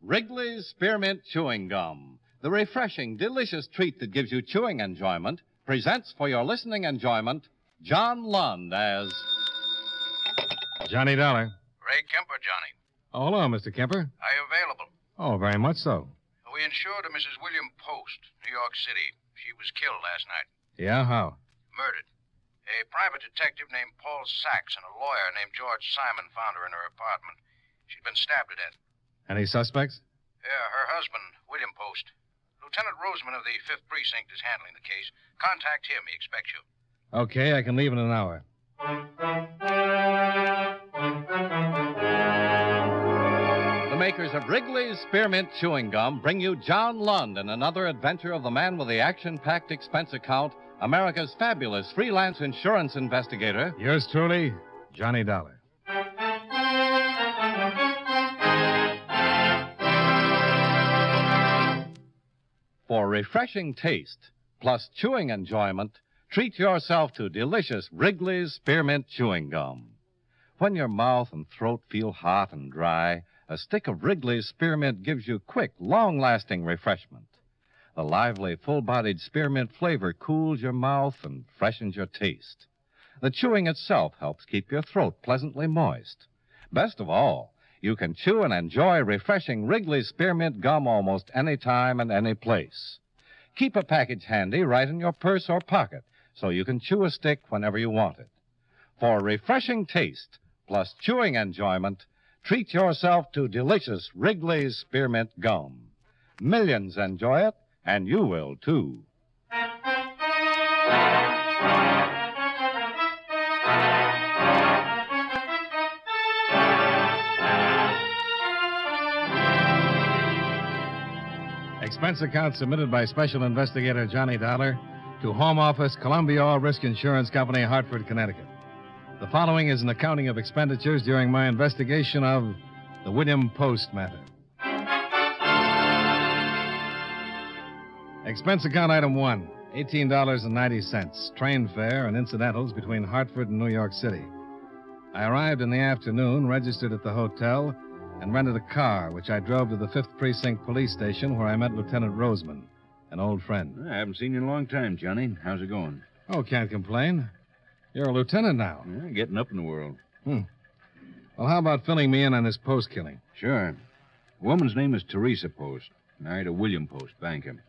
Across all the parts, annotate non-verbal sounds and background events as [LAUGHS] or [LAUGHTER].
Wrigley's Spearmint Chewing Gum, the refreshing, delicious treat that gives you chewing enjoyment, presents for your listening enjoyment John Lund as. Johnny Dollar. Ray Kemper, Johnny. Oh, hello, Mr. Kemper. Are you available? Oh, very much so. We insured a Mrs. William Post, New York City. She was killed last night, Yeah, how? murdered. A private detective named Paul Sachs and a lawyer named George Simon found her in her apartment. She'd been stabbed to death. Any suspects? Yeah, her husband, William Post. Lieutenant Roseman of the 5th Precinct is handling the case. Contact him. He expects you. Okay, I can leave in an hour. The makers of Wrigley's Spearmint Chewing Gum bring you John Lund in another adventure of the man with the action packed expense account, America's fabulous freelance insurance investigator. Yours truly, Johnny Dollar. For refreshing taste plus chewing enjoyment, treat yourself to delicious Wrigley's Spearmint Chewing Gum. When your mouth and throat feel hot and dry, a stick of Wrigley's Spearmint gives you quick, long lasting refreshment. The lively, full bodied spearmint flavor cools your mouth and freshens your taste. The chewing itself helps keep your throat pleasantly moist. Best of all, you can chew and enjoy refreshing Wrigley's Spearmint Gum almost any time and any place. Keep a package handy right in your purse or pocket so you can chew a stick whenever you want it. For refreshing taste plus chewing enjoyment, treat yourself to delicious Wrigley's Spearmint Gum. Millions enjoy it, and you will too. Expense account submitted by Special Investigator Johnny Dollar to Home Office, Columbia All Risk Insurance Company, Hartford, Connecticut. The following is an accounting of expenditures during my investigation of the William Post matter. Expense account item one $18.90, train fare and incidentals between Hartford and New York City. I arrived in the afternoon, registered at the hotel, and rented a car, which I drove to the 5th Precinct Police Station where I met Lieutenant Roseman, an old friend. I haven't seen you in a long time, Johnny. How's it going? Oh, can't complain. You're a lieutenant now. Hmm. Yeah, getting up in the world. Well, how about filling me in on this post killing? Sure. The woman's name is Teresa Post, married to William Post, banker.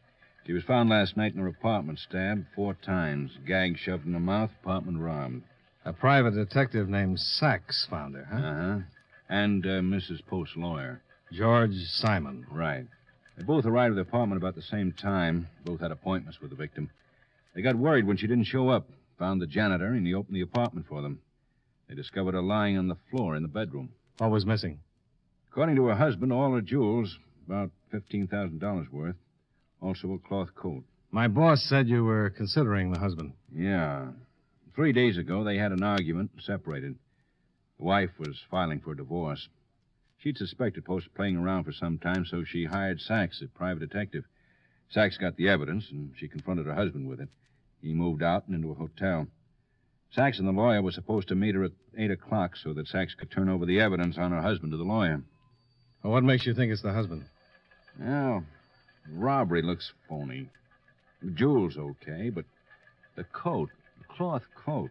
She was found last night in her apartment, stabbed four times, gag shoved in the mouth, apartment robbed. A private detective named Sachs found her, huh? Uh huh. And uh, Mrs. Post's lawyer. George Simon. Right. They both arrived at the apartment about the same time. Both had appointments with the victim. They got worried when she didn't show up. Found the janitor, and he opened the apartment for them. They discovered her lying on the floor in the bedroom. What was missing? According to her husband, all her jewels, about $15,000 worth. Also a cloth coat. My boss said you were considering the husband. Yeah. Three days ago, they had an argument and separated. The wife was filing for divorce. She'd suspected Post of playing around for some time, so she hired Sachs, a private detective. Sachs got the evidence, and she confronted her husband with it. He moved out and into a hotel. Sachs and the lawyer were supposed to meet her at 8 o'clock so that Sachs could turn over the evidence on her husband to the lawyer. Well, what makes you think it's the husband? Well, robbery looks phony. The jewels okay, but the coat, the cloth coat,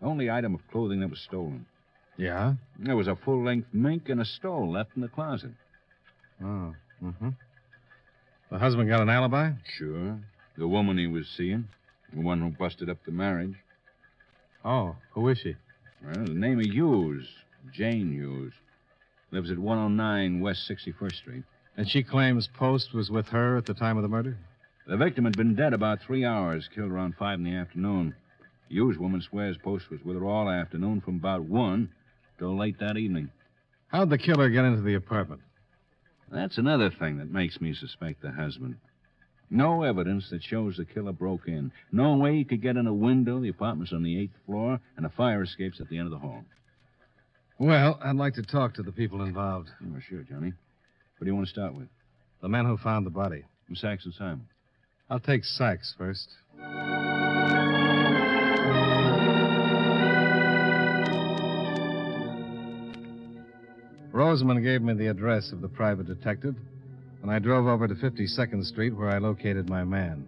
the only item of clothing that was stolen. Yeah? There was a full length mink and a stole left in the closet. Oh, mm-hmm. The husband got an alibi? Sure. The woman he was seeing, the one who busted up the marriage. Oh, who is she? Well, the name of Hughes, Jane Hughes, lives at 109 West 61st Street. And she claims Post was with her at the time of the murder? The victim had been dead about three hours, killed around five in the afternoon. Hughes woman swears Post was with her all afternoon from about one till late that evening. How'd the killer get into the apartment? That's another thing that makes me suspect the husband. No evidence that shows the killer broke in. No way he could get in a window. The apartment's on the eighth floor, and a fire escape's at the end of the hall. Well, I'd like to talk to the people involved. Oh, sure, Johnny. What do you want to start with? The men who found the body. From Saxon Simon. I'll take Sachs first. Roseman gave me the address of the private detective, when I drove over to 52nd Street where I located my man.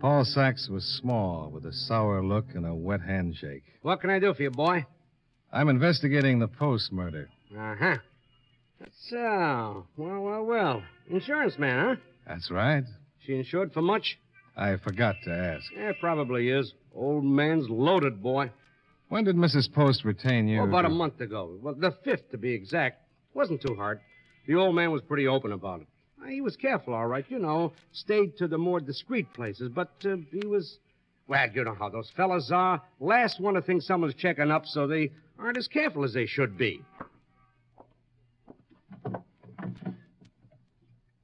Paul Sachs was small, with a sour look and a wet handshake. What can I do for you, boy? I'm investigating the Post murder. Uh huh. So, well, well, well. Insurance man, huh? That's right. She insured for much? I forgot to ask. Yeah, probably is. Old man's loaded, boy. When did Mrs. Post retain you? Oh, about a month ago. Well, the fifth, to be exact. Wasn't too hard. The old man was pretty open about it. Uh, He was careful, all right, you know. Stayed to the more discreet places, but uh, he was. Well, you know how those fellas are. Last one to think someone's checking up, so they aren't as careful as they should be.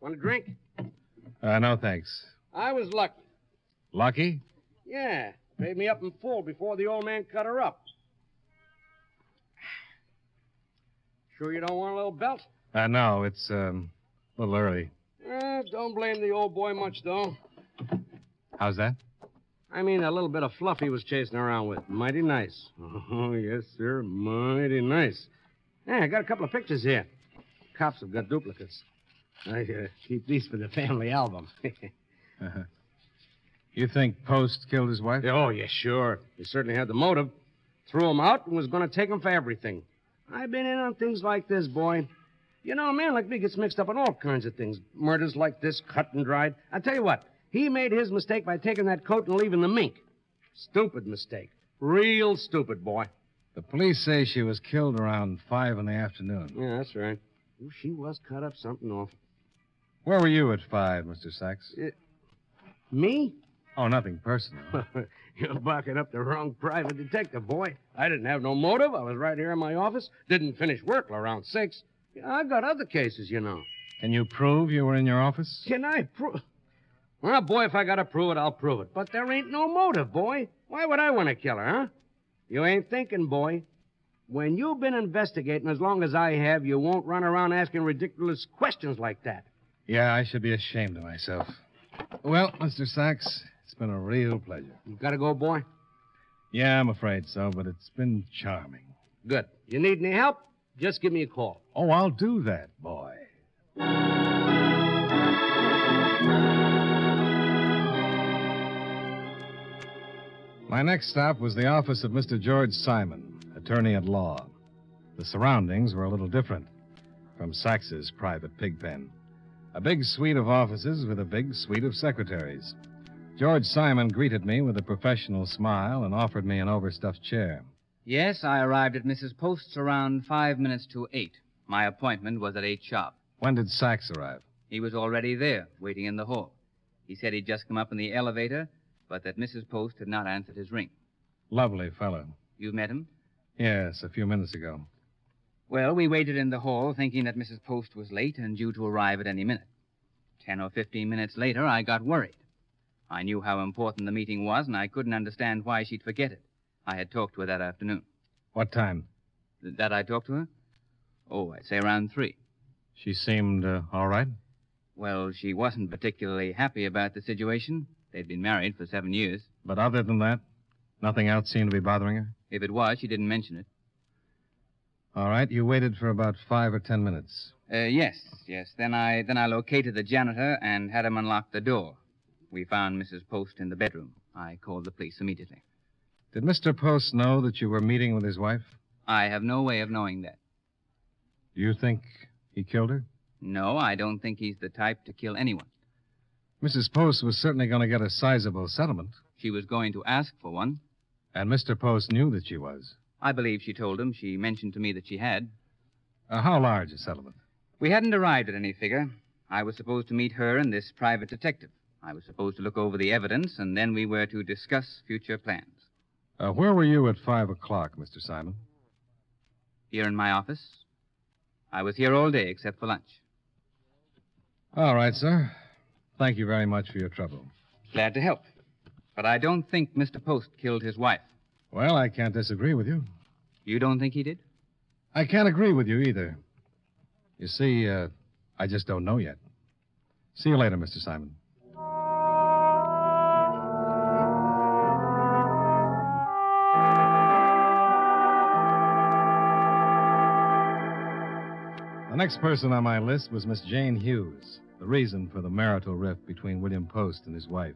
Want a drink? Uh, no, thanks. I was lucky. Lucky? Yeah, paid me up in full before the old man cut her up. [SIGHS] Sure you don't want a little belt? Uh, no, it's um, a little early. Eh, don't blame the old boy much, though. How's that? I mean, a little bit of fluff he was chasing around with. Mighty nice. [LAUGHS] Oh, yes, sir. Mighty nice. Yeah, I got a couple of pictures here. Cops have got duplicates. I uh, keep these for the family album. [LAUGHS] You think Post killed his wife? Yeah, [LAUGHS] Oh, yeah, sure. He certainly had the motive. Threw him out and was going to take him for everything. I've been in on things like this, boy. You know, a man like me gets mixed up in all kinds of things. Murders like this, cut and dried. I tell you what, he made his mistake by taking that coat and leaving the mink. Stupid mistake. Real stupid, boy. The police say she was killed around five in the afternoon. Yeah, that's right. Ooh, she was cut up something awful. Where were you at five, Mr. Sachs? Me? Oh, nothing personal. [LAUGHS] You're barking up the wrong private detective, boy. I didn't have no motive. I was right here in my office. Didn't finish work till around six. I've got other cases, you know. Can you prove you were in your office? Can I prove? Well, boy, if I gotta prove it, I'll prove it. But there ain't no motive, boy. Why would I want to kill her, huh? You ain't thinking, boy. When you've been investigating as long as I have, you won't run around asking ridiculous questions like that. Yeah, I should be ashamed of myself. Well, Mr. Sachs, it's been a real pleasure. You gotta go, boy. Yeah, I'm afraid so, but it's been charming. Good. You need any help? Just give me a call. Oh, I'll do that, boy. My next stop was the office of Mr. George Simon, attorney at law. The surroundings were a little different from Sachs's private pig pen. A big suite of offices with a big suite of secretaries. George Simon greeted me with a professional smile and offered me an overstuffed chair. Yes, I arrived at Mrs. Post's around five minutes to eight. My appointment was at eight sharp. When did Sachs arrive? He was already there, waiting in the hall. He said he'd just come up in the elevator, but that Mrs. Post had not answered his ring. Lovely fellow. You met him? Yes, a few minutes ago. Well, we waited in the hall, thinking that Mrs. Post was late and due to arrive at any minute. Ten or fifteen minutes later, I got worried. I knew how important the meeting was, and I couldn't understand why she'd forget it. I had talked to her that afternoon. What time? Th- That I talked to her? Oh, I'd say around three. She seemed uh, all right. Well, she wasn't particularly happy about the situation. They'd been married for seven years. But other than that, nothing else seemed to be bothering her. If it was, she didn't mention it. All right, you waited for about five or ten minutes. Uh, yes, yes. Then I then I located the janitor and had him unlock the door. We found Mrs. Post in the bedroom. I called the police immediately. Did Mr. Post know that you were meeting with his wife? I have no way of knowing that. Do you think he killed her? No, I don't think he's the type to kill anyone. Mrs. Post was certainly going to get a sizable settlement, She was going to ask for one. and Mr. Post knew that she was. I believe she told him. She mentioned to me that she had. Uh, how large a settlement? We hadn't arrived at any figure. I was supposed to meet her and this private detective. I was supposed to look over the evidence, and then we were to discuss future plans. Uh, where were you at five o'clock, Mr. Simon? Here in my office. I was here all day except for lunch. All right, sir. Thank you very much for your trouble. Glad to help. But I don't think Mr. Post killed his wife. Well, I can't disagree with you. You don't think he did? I can't agree with you either. You see, uh, I just don't know yet. See you later, Mr. Simon. The next person on my list was Miss Jane Hughes, the reason for the marital rift between William Post and his wife.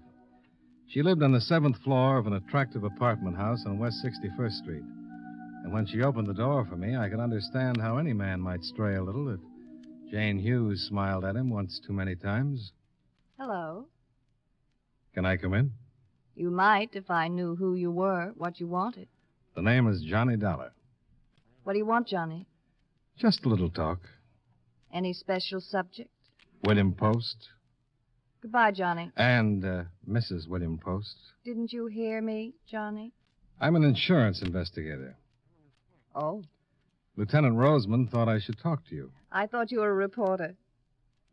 She lived on the seventh floor of an attractive apartment house on West 61st Street. And when she opened the door for me, I could understand how any man might stray a little if Jane Hughes smiled at him once too many times. Hello. Can I come in? You might if I knew who you were, what you wanted. The name is Johnny Dollar. What do you want, Johnny? Just a little talk. Any special subject? William Post Goodbye, Johnny. and uh, Mrs. William Post. Didn't you hear me, Johnny? I'm an insurance investigator. Oh, Lieutenant Roseman thought I should talk to you. I thought you were a reporter.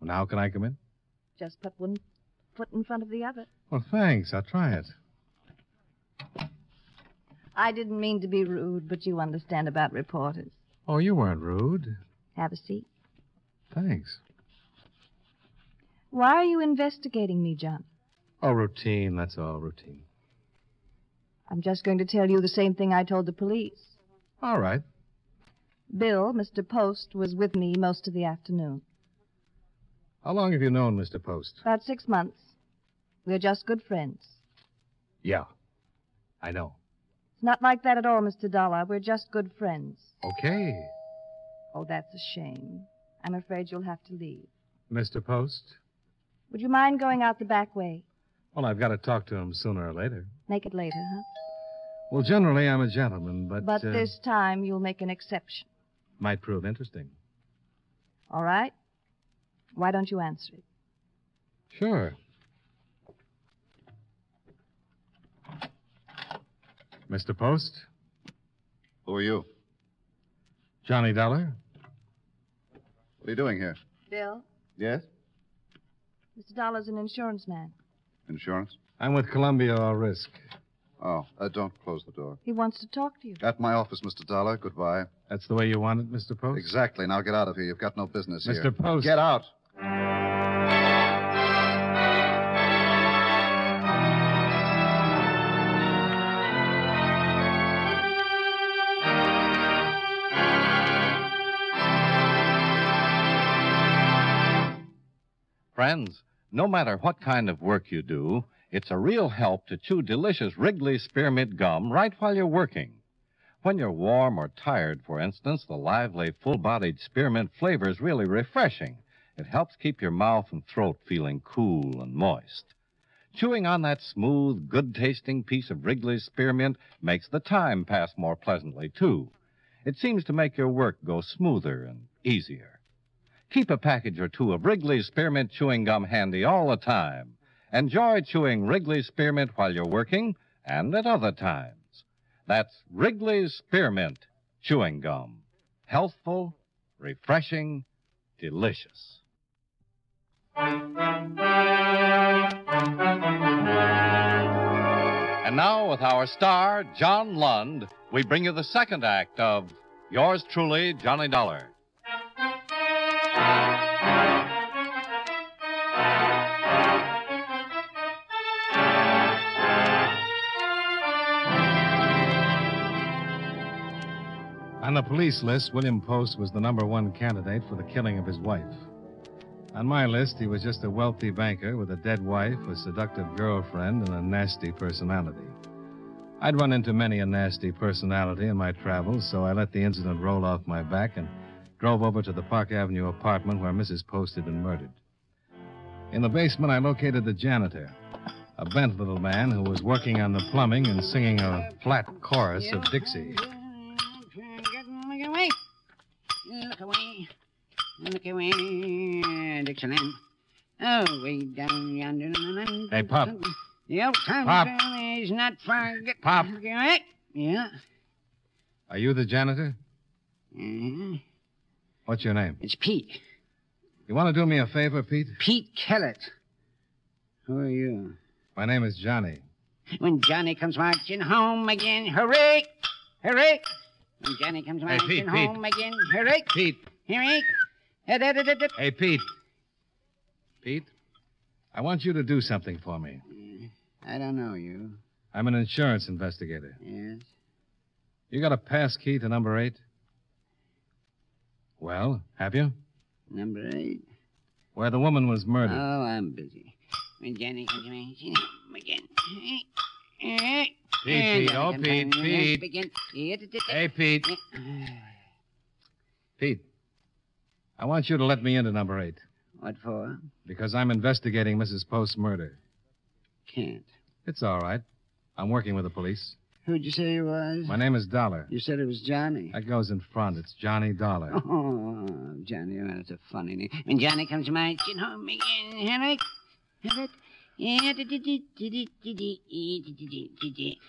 Now can I come in? Just put one foot in front of the other. Well, thanks. I'll try it. I didn't mean to be rude, but you understand about reporters. Oh, you weren't rude. Have a seat. Thanks. Why are you investigating me, Johnny? Oh, routine. That's all routine. I'm just going to tell you the same thing I told the police. All right. Bill, Mr. Post, was with me most of the afternoon. How long have you known Mr. Post? About six months. We're just good friends. Yeah. I know. It's not like that at all, Mr. Dollar. We're just good friends. Okay. Oh, that's a shame. I'm afraid you'll have to leave. Mr. Post? Would you mind going out the back way? Well, I've got to talk to him sooner or later. Make it later, huh? Well, generally, I'm a gentleman, but. But uh, this time you'll make an exception. Might prove interesting. All right? Why don't you answer it? Sure. Mr. Post? Who are you? Johnny Dollar? What are you doing here? Bill, Yes? Mr. Dollar's an insurance man. Insurance? I'm with Columbia All Risk. Oh, uh, don't close the door. He wants to talk to you. At my office, Mr. Dollar. Goodbye. That's the way you want it, Mr. Post? Exactly. Now get out of here. You've got no business here. Mr. Post. Get out. Friends, no matter what kind of work you do, it's a real help to chew delicious Wrigley Spearmint gum right while you're working. When you're warm or tired, for instance, the lively, full bodied spearmint flavor is really refreshing. It helps keep your mouth and throat feeling cool and moist. Chewing on that smooth, good tasting piece of Wrigley's spearmint makes the time pass more pleasantly, too. It seems to make your work go smoother and easier. Keep a package or two of Wrigley's spearmint chewing gum handy all the time. Enjoy chewing Wrigley's spearmint while you're working and at other times. That's Wrigley's Spearmint Chewing Gum. Healthful, refreshing, delicious. And now, with our star, John Lund, we bring you the second act of Yours Truly, Johnny Dollar. On the police list, William Post was the number one candidate for the killing of his wife. On my list, he was just a wealthy banker with a dead wife, a seductive girlfriend, and a nasty personality. I'd run into many a nasty personality in my travels, so I let the incident roll off my back and drove over to the Park Avenue apartment where Mrs. Post had been murdered. In the basement, I located the janitor, a bent little man who was working on the plumbing and singing a flat chorus of Dixie. Trying to get and look away. Look away. Look away. Dixieland. Oh, way down yonder. Hey, Pop. The old time Pop. is not far. Get, Pop. Look away. Yeah. Are you the janitor? Mhm. What's your name? It's Pete. You want to do me a favor, Pete? Pete Kellett. Who are you? My name is Johnny. When Johnny comes marching home again, hooray! Hooray! When Johnny comes Hey, marching Pete, Pete. home again, hooray! Pete. Hooray! Da, da, da, da, da. Hey, Pete. Pete? I want you to do something for me. I don't know you. I'm an insurance investigator. Yes. You got a pass key to number eight? Well, have you? Number eight. where the woman was Oh, murdered. I'm busy. When Jenny comes around, she come again. Pete, Pete, oh, Pete, Pete. Begin. Hey, Pete. Pete, I want you to let me into number eight What for? because I'm investigating Mrs. Post's murder. Can't. It's all right. I'm working with the police. Who'd you say it was? My name is Dollar. You said it was Johnny. That goes in front. It's Johnny Dollar. Oh, Johnny, well, that's a funny name. When Johnny comes to my chin home again, Henrik. Have it. Yeah, dee, dee, dee, dee, dee, dee, dee, eh, dee, dee, dee, dee, dee.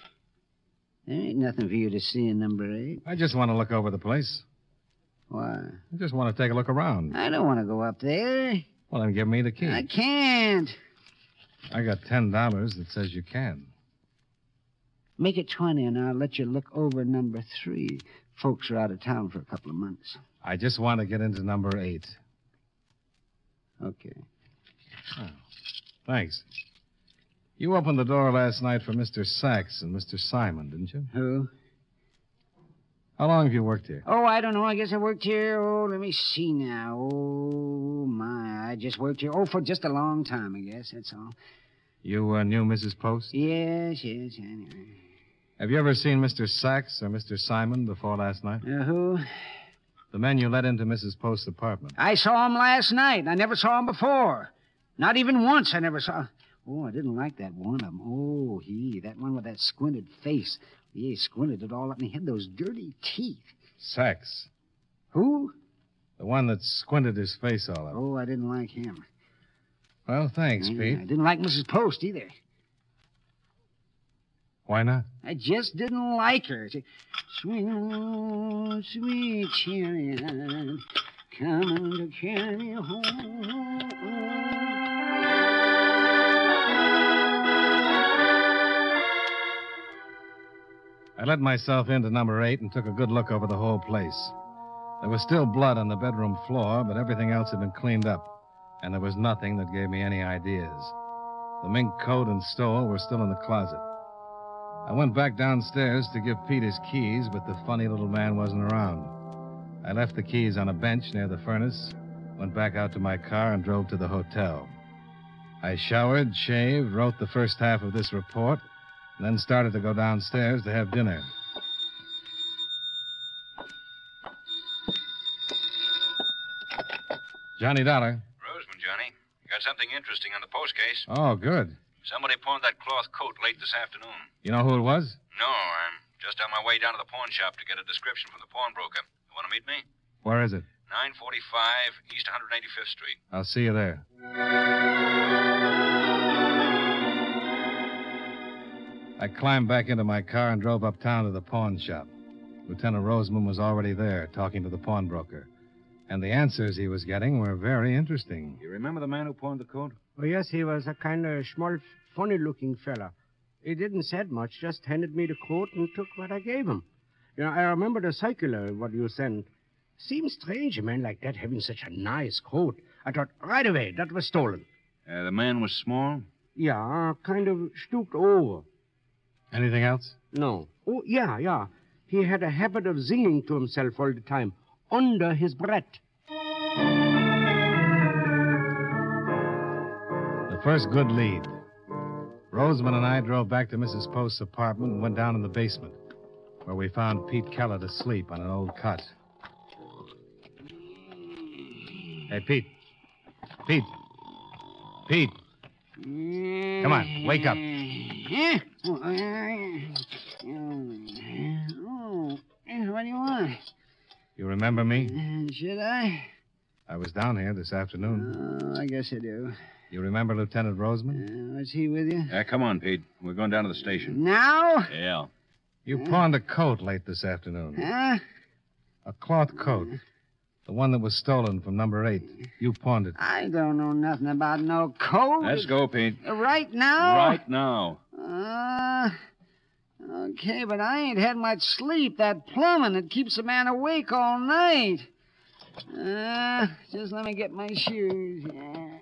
There ain't nothing for you to see in number eight. I just want to look over the place. Why? I just want to take a look around. I don't want to go up there. Well, then give me the key. I can't. I got ten dollars that says you can. Make it 20, and I'll let you look over number three. Folks are out of town for a couple of months. I just want to get into number eight. Okay. Thanks. You opened the door last night for Mr. Sachs and Mr. Simon, didn't you? Who? How long have you worked here? Oh, I don't know. I guess I worked here. Oh, let me see now. Oh, my. I just worked here. Oh, for just a long time, I guess. That's all. You uh, knew Mrs. Post? Yes, yes, anyway. Have you ever seen Mr. Sachs or Mr. Simon before last night? Uh, who? The men you let into Mrs. Post's apartment. I saw him last night. I never saw him before. Not even once I never saw. Oh, I didn't like that one of them. Oh, he, that one with that squinted face. Yeah, he squinted it all up and he had those dirty teeth. Sachs. Who? The one that squinted his face all up. Oh, I didn't like him. Well, thanks, Yeah, Pete. Mm, I didn't like Mrs. Post either. Why not? I just didn't like her. She, sweet, oh, sweet chariot, come to carry me home. I let myself into number eight and took a good look over the whole place. There was still blood on the bedroom floor, but everything else had been cleaned up, and there was nothing that gave me any ideas. The mink coat and stole were still in the closet. I went back downstairs to give Pete his keys, but the funny little man wasn't around. I left the keys on a bench near the furnace, went back out to my car, and drove to the hotel. I showered, shaved, wrote the first half of this report, and then started to go downstairs to have dinner. Johnny Dollar. Roseman, Johnny. You got something interesting on the post case. Oh, good. Somebody pawned that cloth coat late this afternoon. You know who it was? No, I'm just on my way down to the pawn shop to get a description from the pawnbroker. You want to meet me? Where is it? 945 East 185th Street. I'll see you there. I climbed back into my car and drove uptown to the pawn shop. Lieutenant Roseman was already there talking to the pawnbroker, and the answers he was getting were very interesting. You remember the man who pawned the coat? Oh, yes, he was a kind of small, funny looking fella. He didn't said much, just handed me the coat and took what I gave him. You know, I remember the circular, what you sent. Seems strange, a man like that having such a nice coat. I thought right away that was stolen. Uh, the man was small. Yeah, kind of stooped over. Anything else? No. Oh, yeah, yeah. He had a habit of singing to himself all the time, under his breath. The first good lead. Roseman and I drove back to Mrs. Post's apartment and went down in the basement, where we found Pete Keller asleep on an old cot. Hey, Pete. Pete. Pete. Come on, wake up. Eh? Oh, eh, eh, oh, eh, what do you want? You remember me? Eh, Should I? I was down here this afternoon. Oh, I guess I do. You remember Lieutenant Roseman? Uh, was he with you? Yeah, come on, Pete. We're going down to the station. Now? Yeah. You pawned a coat late this afternoon. Huh? A cloth coat. The one that was stolen from number eight. You pawned it. I don't know nothing about no cold. Let's go, Pete. Right now? Right now. Uh, okay, but I ain't had much sleep. That plumbing, it keeps a man awake all night. Uh, just let me get my shoes. Yeah,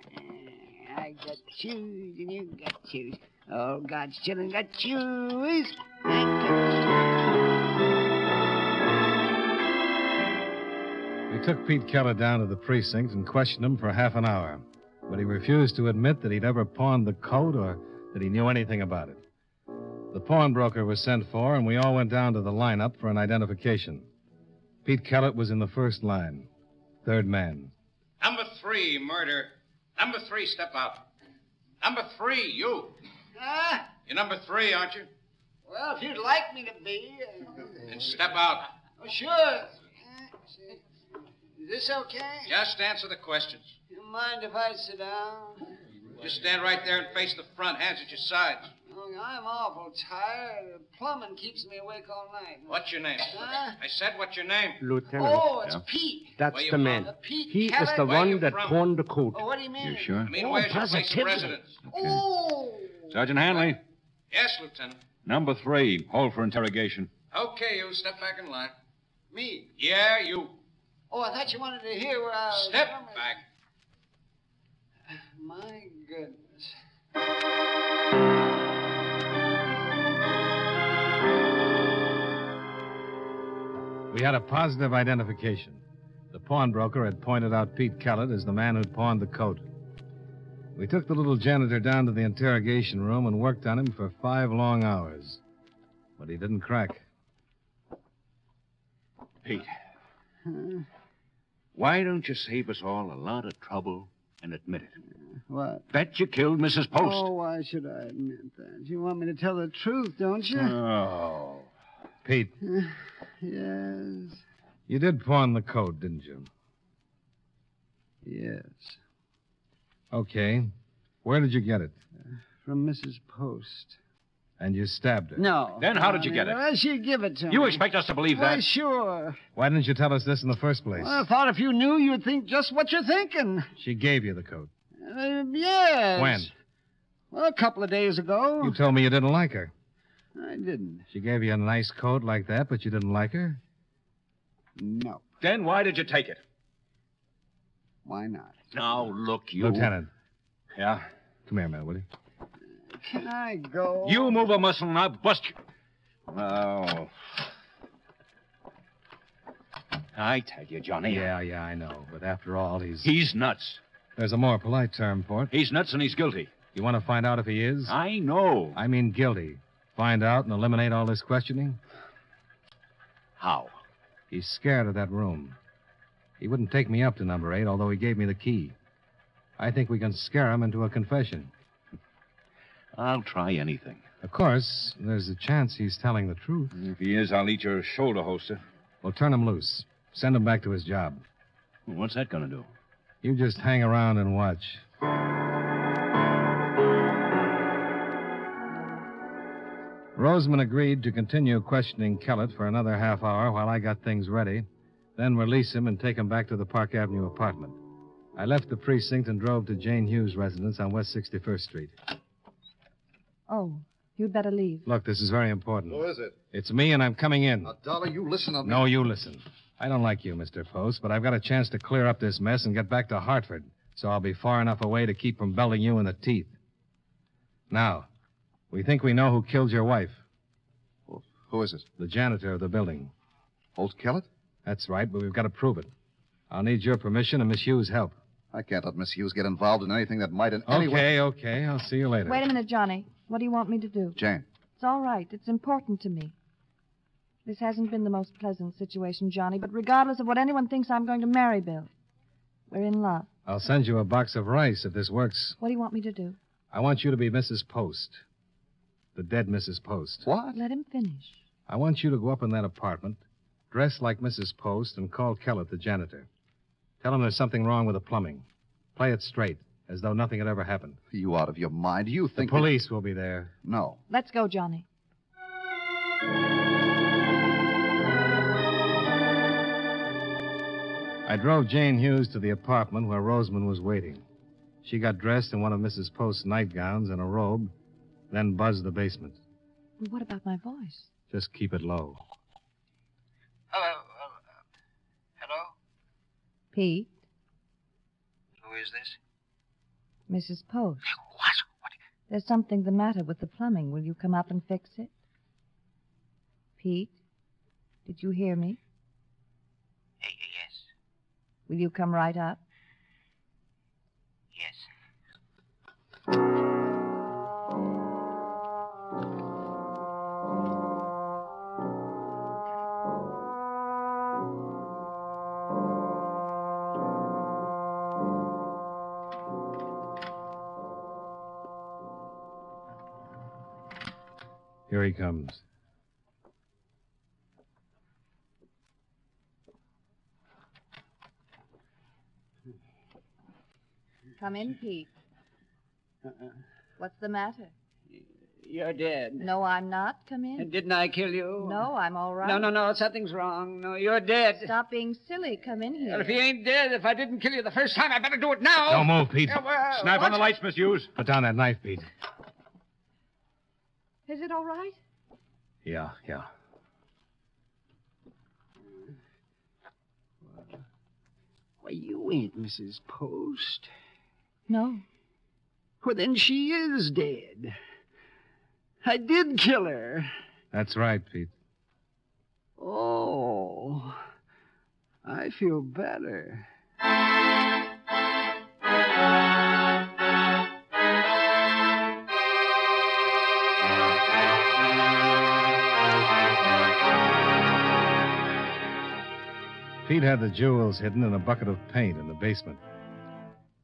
I got shoes, and you got shoes. Oh, God's children got shoes. I got We took Pete Keller down to the precinct and questioned him for half an hour. but he refused to admit that he'd ever pawned the coat or that he knew anything about it. The pawnbroker was sent for, and we all went down to the lineup for an identification. Pete Kellett was in the first line, third man. Number three, murder. Number three, step out. Number three, you. Huh? You're number three, aren't you? Well, if you'd like me to be. uh, Then step out. oh, sure. Uh, see. Is this okay? Just answer the questions. You mind if I sit down? Just stand right there and face the front, hands at your sides. Oh, I'm awful tired. Plumbing keeps me awake all night. What's your name? Huh? I said, what's your name? Lieutenant, Oh, it's Pete. that's Where you the from? man. Uh, Pete He is Kellett. the Where you one that from? pawned the coat. Oh, what do you mean? You sure? I mean, Oh, where's your place of positively. residence? Oh. Sergeant Hanley, Yes, Lieutenant. number three, hold for interrogation. Okay, you step back in line. Me. Yeah, you. Oh, I thought you wanted to hear where I was. Step from. back. My goodness. We had a positive identification. The pawnbroker had pointed out Pete Kellett as the man who'd pawned the coat. We took the little janitor down to the interrogation room and worked on him for five long hours. But he didn't crack. Pete, why don't you save us all a lot of trouble and admit it? What? Bet you killed Mrs. Post. Oh, why should I admit that? You want me to tell the truth, don't you? Oh. Pete, yes. you did pawn the coat, didn't you? Yes. Okay. Where did you get it? From Mrs. Post. And you stabbed her. No. Then how did I you mean, get it? Well, she give it to me. You expect us to believe Why, that? sure. Why didn't you tell us this in the first place? Well, I thought if you knew, you'd think just what you're thinking. She gave you the coat. Uh, yes. When? Well, a couple of days ago. You told me you didn't like her. I didn't. She gave you a nice coat like that, but you didn't like her? No. Then why did you take it? Why not? Now, look, you. Lieutenant, Yeah? come here a minute, will you? Can I go? You move a muscle and I'll bust you. Oh. I tell you, Johnny. Yeah, yeah, I know. But after all, he's. He's nuts. There's a more polite term for it. He's nuts and he's guilty. You want to find out if he is? I know. I mean, guilty. Find out and eliminate all this questioning? How? He's scared of that room. He wouldn't take me up to number eight, although he gave me the key. I think we can scare him into a confession. I'll try anything. Of course, there's a chance he's telling the truth. If he is, I'll eat your shoulder holster. Well, turn him loose. Send him back to his job. What's that going to do? You just hang around and watch. Roseman agreed to continue questioning Kellett for another half hour while I got things ready, then release him and take him back to the Park Avenue apartment. I left the precinct and drove to Jane Hughes' residence on West 61st Street. Oh, you'd better leave. Look, this is very important. Who is it? It's me, and I'm coming in. Now, Dollar, you listen to me. No, you listen. I don't like you, Mr. Post, but I've got a chance to clear up this mess and get back to Hartford, so I'll be far enough away to keep from belting you in the teeth. Now, we think we know who killed your wife, Who is it? the janitor of the building. Old Kellett? That's right, but we've got to prove it. I'll need your permission and Miss Hughes' help. I can't let Miss Hughes get involved in anything that might in any Okay, way. okay. I'll see you later. Wait a minute, Johnny. What do you want me to do? Jane, It's all right. It's important to me. This hasn't been the most pleasant situation, Johnny, but regardless of what anyone thinks, I'm going to marry Bill. We're in love. I'll send you a box of rice if this works. What do you want me to do? I want you to be Mrs. Post, the dead Mrs. Post. what? Let him finish. I want you to go up in that apartment, dress like Mrs. Post, and call Kellett, the janitor. Tell him there's something wrong with the plumbing. Play it straight, as though nothing had ever happened. Are you out of your mind? You The think. that- police will be there. No. Let's go, Johnny. I drove Jane Hughes to the apartment where Roseman was waiting. She got dressed in one of Mrs. Post's nightgowns and a robe, then buzzed the basement. Well, what about my voice? Just keep it low. Hello. hello. Uh, um, Hello? Pete, Who is this? Mrs. Post, What? What? there's something the matter with the plumbing. Will you come up and fix it? Pete, did you hear me? Yes. Will you come right up? Yes. Here he comes. Come in, Pete. What's the matter? You're dead. No, I'm not. Come in. And didn't I kill you? No, I'm all right. No, no, no. Something's wrong. No, you're dead. Stop being silly. Come in here. Well, if you ain't dead, if I didn't kill you the first time, I better do it Oh. now. Don't move, Pete. Yeah, well, Snap on what? the lights, Miss Hughes. Put down that knife, Pete. Is it all right? Yeah, yeah. Why, you ain't Mrs. Post. No. Well, then she is dead. I did kill her. That's right, Pete. Oh, I feel better. Pete had the jewels hidden in a bucket of paint in the basement.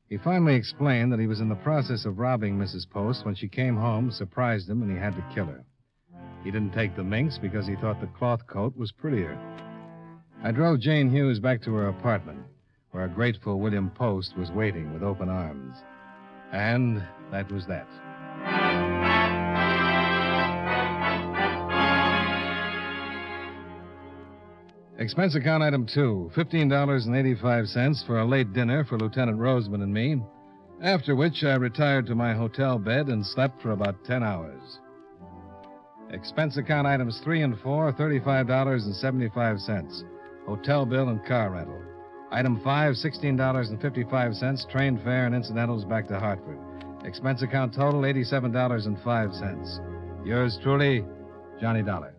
He finally explained that he was in the process of robbing Mrs. Post when she came home, surprised him, and he had to kill her. He didn't take the minx because he thought the cloth coat was prettier. I drove Jane Hughes back to her apartment, where a grateful William Post was waiting with open arms. And that was that. Expense account item two $15.85 for a late dinner for Lieutenant Roseman and me, after which I retired to my hotel bed and slept for about 10 hours. Expense account items three and four $35.75, hotel bill and car rental. Item five $16.55, train fare and incidentals back to Hartford. Expense account total $87.05. Yours truly, Johnny Dollar.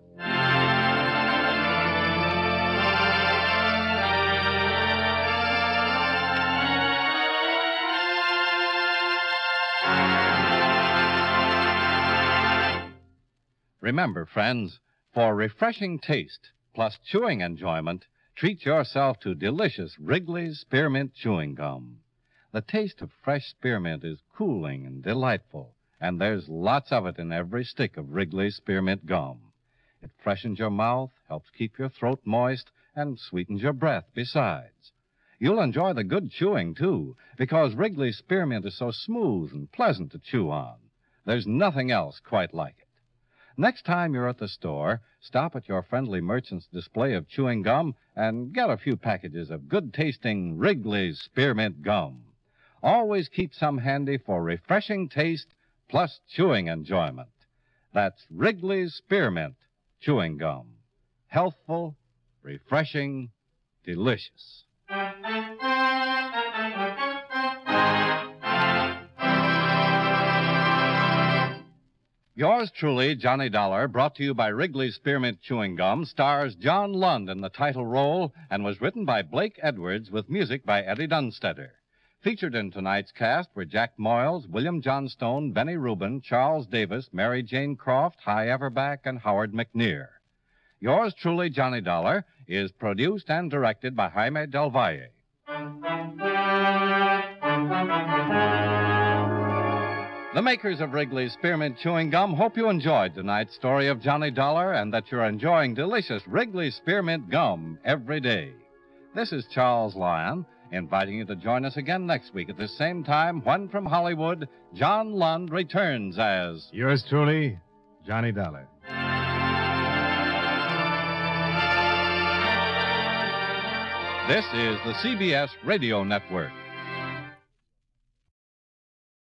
Remember, friends, for refreshing taste plus chewing enjoyment, treat yourself to delicious Wrigley's Spearmint Chewing Gum. The taste of fresh spearmint is cooling and delightful, and there's lots of it in every stick of Wrigley's Spearmint Gum. It freshens your mouth, helps keep your throat moist, and sweetens your breath besides. You'll enjoy the good chewing, too, because Wrigley's Spearmint is so smooth and pleasant to chew on. There's nothing else quite like it. Next time you're at the store, stop at your friendly merchant's display of chewing gum and get a few packages of good tasting Wrigley's Spearmint Gum. Always keep some handy for refreshing taste plus chewing enjoyment. That's Wrigley's Spearmint Chewing Gum. Healthful, refreshing, delicious. Yours truly, Johnny Dollar, brought to you by Wrigley's Spearmint Chewing Gum, stars John Lund in the title role and was written by Blake Edwards with music by Eddie Dunstetter. Featured in tonight's cast were Jack Moyles, William Johnstone, Benny Rubin, Charles Davis, Mary Jane Croft, High Everback, and Howard McNear. Yours truly, Johnny Dollar, is produced and directed by Jaime Del Valle. The makers of Wrigley's Spearmint Chewing Gum hope you enjoyed tonight's story of Johnny Dollar and that you're enjoying delicious Wrigley's Spearmint Gum every day. This is Charles Lyon, inviting you to join us again next week at the same time when, from Hollywood, John Lund returns as. Yours truly, Johnny Dollar. This is the CBS Radio Network.